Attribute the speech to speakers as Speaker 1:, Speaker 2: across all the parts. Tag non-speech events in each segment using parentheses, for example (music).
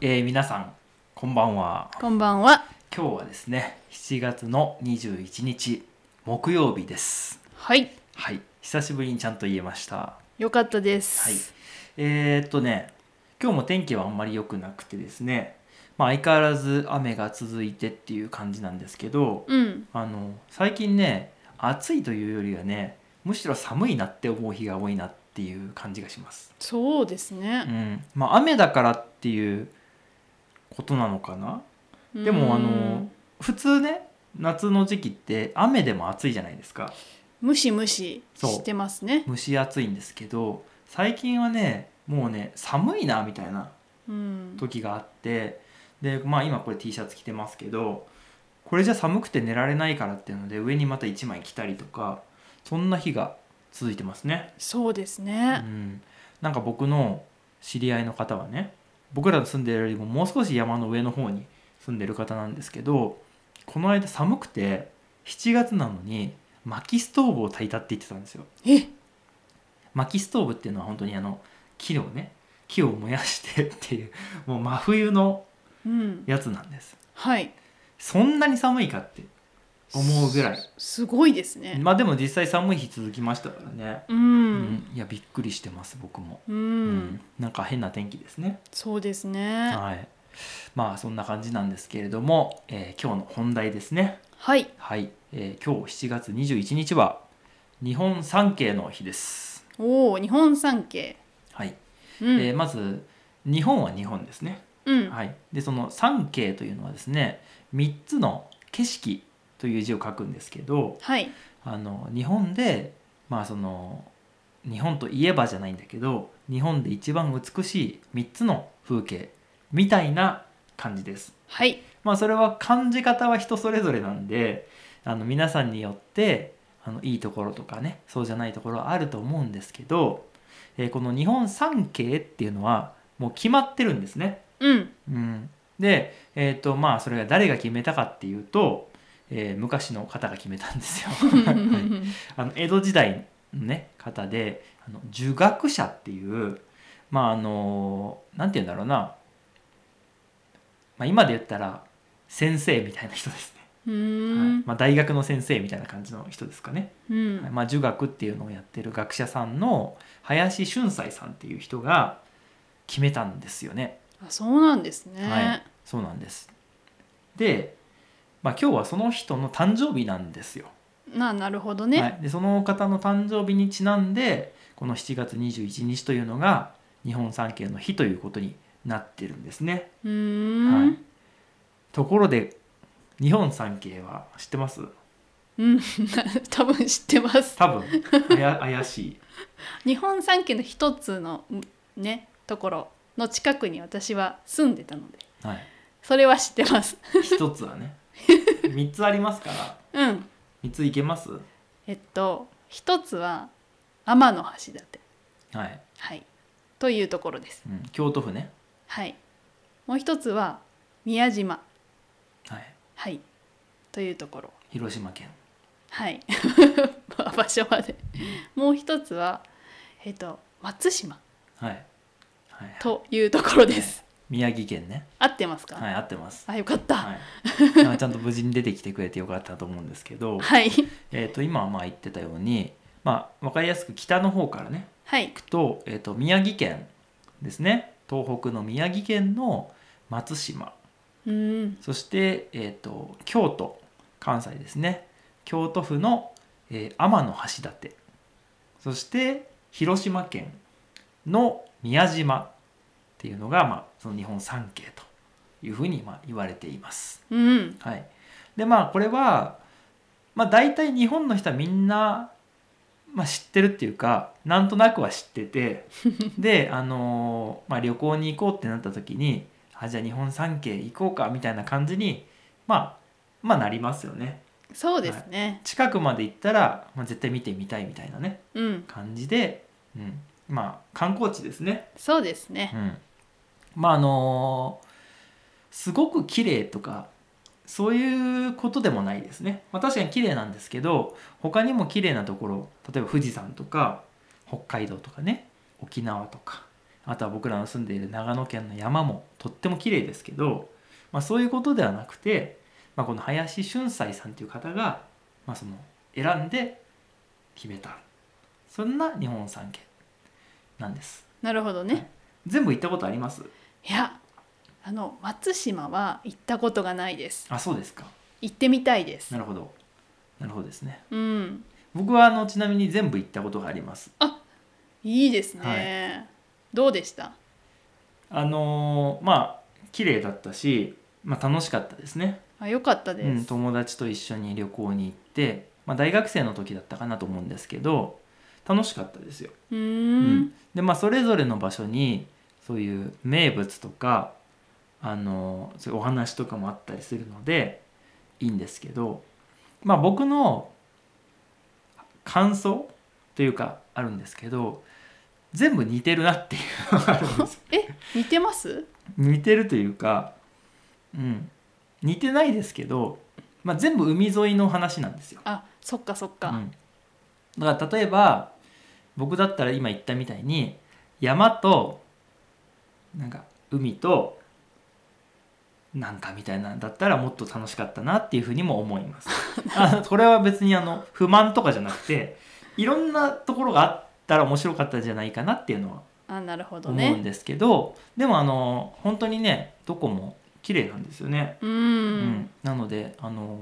Speaker 1: えー皆さんこんばんは
Speaker 2: こんばんは。
Speaker 1: 今日はですね7月の21日木曜日です
Speaker 2: はい。
Speaker 1: はい久しぶりにちゃんと言えました
Speaker 2: よかったで
Speaker 1: はい
Speaker 2: す。
Speaker 1: えーっとね今日も天気はあんまり良くなくてですねまあ相変わらず雨が続いてっていう感じなんですけど
Speaker 2: うん。
Speaker 1: あの最近ね暑いというよりはねむしろ寒いなって思う日が多いなっていう感じがします
Speaker 2: そうです
Speaker 1: う
Speaker 2: ね。
Speaker 1: んまあ雨だからっていうことなのかなで
Speaker 2: う
Speaker 1: も
Speaker 2: ん
Speaker 1: あの普通ね夏の時期って雨でも暑いじゃないですか
Speaker 2: ムシムシ
Speaker 1: そう
Speaker 2: してますね。
Speaker 1: 蒸し暑いんですけど最近はねもうね寒いなみたいな
Speaker 2: うん。
Speaker 1: 時があってでまあ今これ T シャツ着てますけどこれじゃ寒くて寝られないからっていうので上にまた1枚着たりとかそんな日が続いてますね、
Speaker 2: そうです
Speaker 1: う
Speaker 2: ね。
Speaker 1: ん、なんか僕の知り合いの方はね僕らの住んでるよりももう少し山の上の方に住んでる方なんですけどこの間寒くて7月なのに薪ストーブを焚いたって言ってたんですよ
Speaker 2: え、
Speaker 1: 薪ストーブっていうのは本当にあの木をね木を燃やしてっていうもう真冬の
Speaker 2: うん。
Speaker 1: やつなんです
Speaker 2: はい。
Speaker 1: そんなに寒いかって思うぐらい
Speaker 2: す。すごいですね。
Speaker 1: まあでも実際寒い日続きましたからね、
Speaker 2: う。
Speaker 1: うんいやびっくりしてます僕も、
Speaker 2: う。
Speaker 1: うんなんか変な天気ですね、
Speaker 2: そうですね。
Speaker 1: はいまあそんな感じなんですけれども、えー今日の本題ですね
Speaker 2: はい。
Speaker 1: はい、えー今日7月21日は日本三景の日です
Speaker 2: おお、日本三景。
Speaker 1: はい、
Speaker 2: う
Speaker 1: えー
Speaker 2: ん。
Speaker 1: まず日本は日本ですね
Speaker 2: うん。
Speaker 1: はい、でその三景というのはですね3つの景色という字を書くんですけど
Speaker 2: はい。
Speaker 1: あの日本でまあその日本といえばじゃないんだけど日本で一番美しい3つの風景みたいな感じです。
Speaker 2: はい。
Speaker 1: まあそれは感じ方は人それぞれなんであの皆さんによってあのいいところとかねそうじゃないところはあると思うんですけど、えーこの日本三景っていうのはもう決まってるんですね。
Speaker 2: うん。
Speaker 1: うん、で、えーとまあ、それが誰が決めたかっていうと、えー昔の方が決めたんですよ。 (laughs)
Speaker 2: (laughs)
Speaker 1: はいあの江戸時代の、ね、方であの儒学者っていうまああのなんて言うんだろうな、まあ、今で言ったら先生みたいな人ですね、
Speaker 2: う
Speaker 1: はい
Speaker 2: ん。
Speaker 1: まあ、大学の先生みたいな感じの人ですかね、
Speaker 2: うん
Speaker 1: はいまあ、儒学っていうのをやってる学者さんの林俊斎さんっていう人が決めたんですよね。
Speaker 2: あ、そうなんです
Speaker 1: は
Speaker 2: ね。
Speaker 1: そうなんですで、まあ、今日はその人の誕生日なんですよ、
Speaker 2: な、なるほど
Speaker 1: は
Speaker 2: ね。
Speaker 1: い、でその方の誕生日にちなんでこの7月21日というのが日本三景の日ということになってるんですね
Speaker 2: う
Speaker 1: は
Speaker 2: ん
Speaker 1: い。ところで日本三景は知ってます
Speaker 2: うん、 (laughs) 多分知ってます。
Speaker 1: 多分あや (laughs) 怪しい
Speaker 2: 日本三景の一つのねところの近くに私は住んでたので、
Speaker 1: はい
Speaker 2: それは知ってます。
Speaker 1: 一つはね (laughs) 三つありますから
Speaker 2: うん。
Speaker 1: 三ついけます
Speaker 2: えっと一つは天橋立
Speaker 1: はい、
Speaker 2: はいというところです。
Speaker 1: うん、京都府ね
Speaker 2: はい。もう一つは宮島
Speaker 1: はい
Speaker 2: はいというところ
Speaker 1: 広島県
Speaker 2: はい (laughs) 場所まで。もう一つはえっと松島
Speaker 1: はい、はい、
Speaker 2: というところです。
Speaker 1: 宮城県ね
Speaker 2: 合ってますか？
Speaker 1: はい合ってます
Speaker 2: あよかった。
Speaker 1: はい、なんかちゃんと無事に出てきてくれてよかったと思うんですけど、
Speaker 2: はい。
Speaker 1: えー、と今はまあ言ってたように、まあ、分かりやすく北の方からね
Speaker 2: はい
Speaker 1: 行。くと,、えー、と宮城県ですね東北の宮城県の松島
Speaker 2: うん。
Speaker 1: そして、えー、と京都関西ですね京都府の、えー天橋立そして広島県の宮島っていうのが、まあ、その日本三景というふうにまあ言われています。
Speaker 2: うん。
Speaker 1: はい、でまあこれは、まあ、大体日本の人はみんな、まあ、知ってるっていうかなんとなくは知っててで、あのーまあ、旅行に行こうってなった時にあじゃあ日本三景行こうかみたいな感じに、まあ、まあなりますよね。
Speaker 2: そうですね。
Speaker 1: 近くまで行ったら、まあ、絶対見てみたいみたいなね
Speaker 2: うん。
Speaker 1: 感じで、うん、まあ観光地ですね。
Speaker 2: そうですね。
Speaker 1: うん、まああのすごく綺麗とかそういうことでもないですね、まあ、確かに綺麗なんですけど他にも綺麗なところ例えば富士山とか北海道とかね沖縄とかあとは僕らの住んでいる長野県の山もとっても綺麗ですけど、まあ、そういうことではなくて、まあ、この林俊斎さんという方が、まあ、その選んで決めたそんな日本三景なんです
Speaker 2: なるほどね
Speaker 1: 全部行ったことあります
Speaker 2: いやあの松島は行ったことがないです
Speaker 1: あそうですか
Speaker 2: 行ってみたいです
Speaker 1: なるほどなるほどですね
Speaker 2: うん
Speaker 1: 僕はあのちなみに全部行ったことがあります
Speaker 2: いいですね、どうでした
Speaker 1: あのーまあ綺麗だったし、まあ、楽しかったですね
Speaker 2: あ良かったです、
Speaker 1: うん、友達と一緒に旅行に行って、まあ、大学生の時だったかなと思うんですけど楽しかったですよ。
Speaker 2: うー
Speaker 1: うんでまあそれぞれの場所にそういう名物とかあのそういうお話とかもあったりするのでいいんですけど、まあ、僕の感想というかあるんですけど全部似てるなっていうのがあるんです (laughs) よ
Speaker 2: え似てます
Speaker 1: 似てるというか、うん、似てないですけど、まあ、全部海沿いの話なんですよ。
Speaker 2: あそっかそっ
Speaker 1: う
Speaker 2: か、
Speaker 1: ん、だから例えば僕だったら今言ったみたいに山となんか海となんかみたいなんだったらもっと楽しかったなっていうふうにも思います。あこれは別にあの不満とかじゃなくていろんなところがあったら面白かったんじゃないかなっていうのは
Speaker 2: あなるほど
Speaker 1: 思うん
Speaker 2: ね
Speaker 1: ですけど、でもあの本当にねどこも綺麗なんですよね。
Speaker 2: うん
Speaker 1: うん、なのであの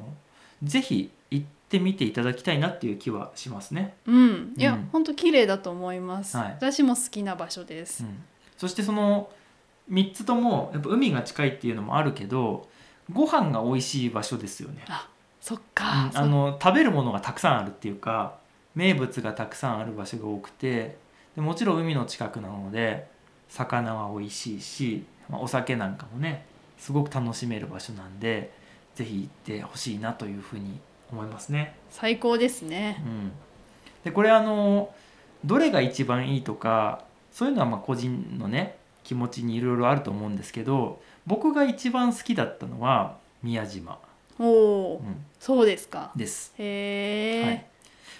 Speaker 1: ぜひ行ってみていただきたいなっていう気はしますね、
Speaker 2: うん、いうや
Speaker 1: ん
Speaker 2: 本当綺麗だと思います、
Speaker 1: はい
Speaker 2: 私も好きな場所です、
Speaker 1: うん、そしてその3つともやっぱ海が近いっていうのもあるけどご飯が美味しい場所ですよね、
Speaker 2: そっ
Speaker 1: う
Speaker 2: か、
Speaker 1: んあの食べるものがたくさんあるっていうか名物がたくさんある場所が多くてでもちろん海の近くなので魚は美味しいし、まあお酒なんかもねすごく楽しめる場所なんでぜひ行ってほしいなというふうに思いますね。
Speaker 2: 最高ですね
Speaker 1: うん、でこれあのどれが一番いいとかそういうのはまあ個人のね気持ちにいろいろあると思うんですけど僕が一番好きだったのは宮島、う
Speaker 2: おお
Speaker 1: ん
Speaker 2: そうですか
Speaker 1: です。
Speaker 2: へえ、
Speaker 1: はい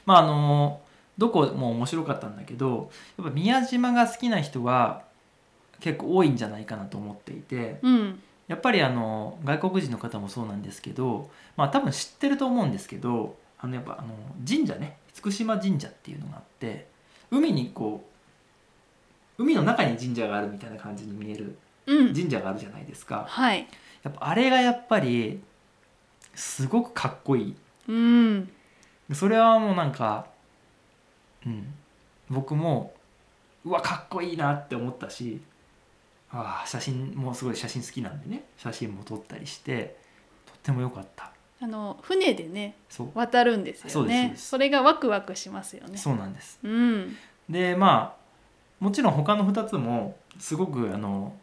Speaker 1: まああのどこも面白かったんだけどやっぱ宮島が好きな人は結構多いんじゃないかなと思っていて
Speaker 2: うん
Speaker 1: やっぱりあの外国人の方もそうなんですけどまあ多分知ってると思うんですけどあのやっぱあの神社ね厳島神社っていうのがあって海にこう海の中に神社があるみたいな感じに見える
Speaker 2: うん
Speaker 1: 神社があるじゃないですか
Speaker 2: はい
Speaker 1: やっぱあれがやっぱりすごくかっこい
Speaker 2: うん
Speaker 1: いそれはもうなんかうん僕もうわかっこいいなって思ったしああ写真もすごい写真好きなんでね写真も撮ったりしてとっても良かった
Speaker 2: あの船でね
Speaker 1: そう
Speaker 2: 渡るんです
Speaker 1: そ
Speaker 2: よ
Speaker 1: うですそう
Speaker 2: ね
Speaker 1: です
Speaker 2: れがワクワクしますよね
Speaker 1: そうなんです
Speaker 2: うん
Speaker 1: でまあもちろん他の2つもすごくあの、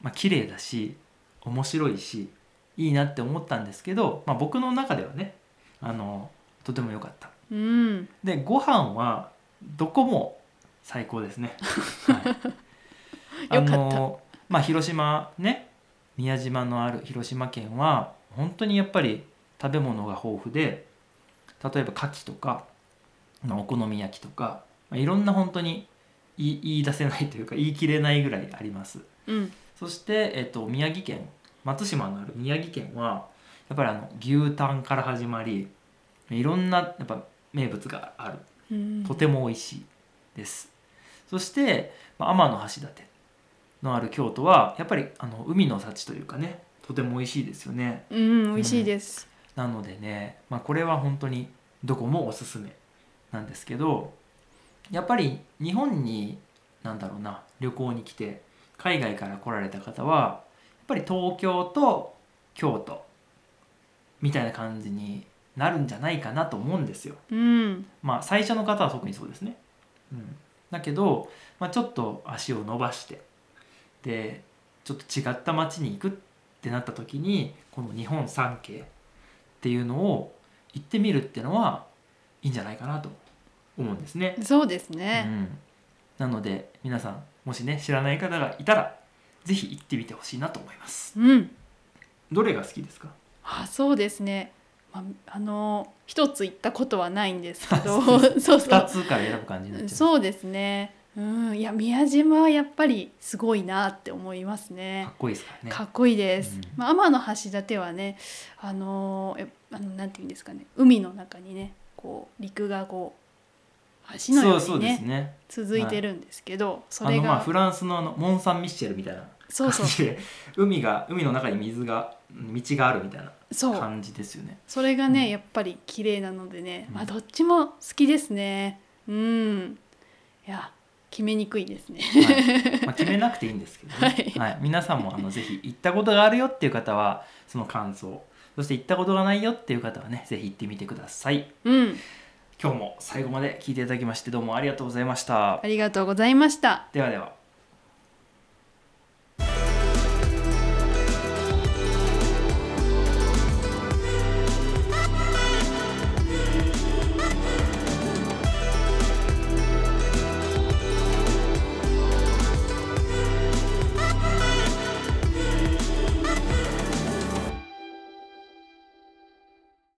Speaker 1: まあ綺麗だし面白いしいいなって思ったんですけど、まあ、僕の中ではねあのとても良かった
Speaker 2: うん
Speaker 1: でご飯はどこも最高ですね、はい、
Speaker 2: (laughs) よかった
Speaker 1: あのまあ広島ね宮島のある広島県は本当にやっぱり食べ物が豊富で例えば牡蠣とかまあお好み焼きとか、まあ、いろんな本当に言い言い出せないというか言い切れないぐらいあります
Speaker 2: うん
Speaker 1: そして、えっと、宮城県松島のある宮城県はやっぱりあの牛タンから始まりいろんなやっぱ名物がある
Speaker 2: うん
Speaker 1: とても美味しいです、そして、まあ、天橋立のある京都はやっぱりあの海の幸というかねとても美味しいですよね
Speaker 2: うん美味しいです、
Speaker 1: なのでね、まあ、これは本当にどこもおすすめなんですけどやっぱり日本になんだろうな旅行に来て海外から来られた方はやっぱり東京と京都みたいな感じになるんじゃないかなと思うんですよ。
Speaker 2: うん
Speaker 1: まあ最初の方は特にそうですね。うん、だけど、まあ、ちょっと足を伸ばしてでちょっと違った町に行くってなった時にこの日本三景っていうのを行ってみるっていうのはいいんじゃないかなと思うんですね。
Speaker 2: そうです
Speaker 1: う
Speaker 2: ね、
Speaker 1: ん、なので皆さんもしね知らない方がいたら是非行ってみてほしいなと思います。
Speaker 2: うん
Speaker 1: どれが好きですか
Speaker 2: あそうですね、まあ、あの一つ行ったことはないんですけ
Speaker 1: (laughs)
Speaker 2: ど
Speaker 1: そう
Speaker 2: (laughs) そうそ
Speaker 1: 2
Speaker 2: う
Speaker 1: つから選ぶ感じになっちゃいます
Speaker 2: そうですねうんいや宮島はやっぱりすごいなって思いますね
Speaker 1: かっ。こいいですからね
Speaker 2: かっこいいです。
Speaker 1: うん
Speaker 2: まあ天の橋立はね、あのーえあのなんていうんですかね、海の中にね、こう陸がこう橋のよ
Speaker 1: そう
Speaker 2: う
Speaker 1: そう
Speaker 2: に
Speaker 1: です
Speaker 2: ね
Speaker 1: ね
Speaker 2: 続いてるんですけど、そ
Speaker 1: あ
Speaker 2: れ
Speaker 1: のまあ
Speaker 2: が
Speaker 1: フランスのあのモン・サン・ミッシェルみたいな
Speaker 2: そう
Speaker 1: 感
Speaker 2: そう
Speaker 1: じで海が海の中に水が道があるみたいな
Speaker 2: そう
Speaker 1: 感じですよね
Speaker 2: それがね、
Speaker 1: うん
Speaker 2: やっぱり綺麗なのでね、
Speaker 1: う
Speaker 2: まあ
Speaker 1: ん
Speaker 2: どっちも好きですね。うん、いや決めにくいですね。 (laughs)
Speaker 1: はいまあ、決めなくていいんですけど、ね
Speaker 2: は
Speaker 1: はい皆さんもあのぜひ行ったことがあるよっていう方はその感想そして行ったことがないよっていう方はねぜひ行ってみてください
Speaker 2: うん、
Speaker 1: 今日も最後まで聞いていただきましてどうもありがとうございました
Speaker 2: ありがとうございました。
Speaker 1: ではでは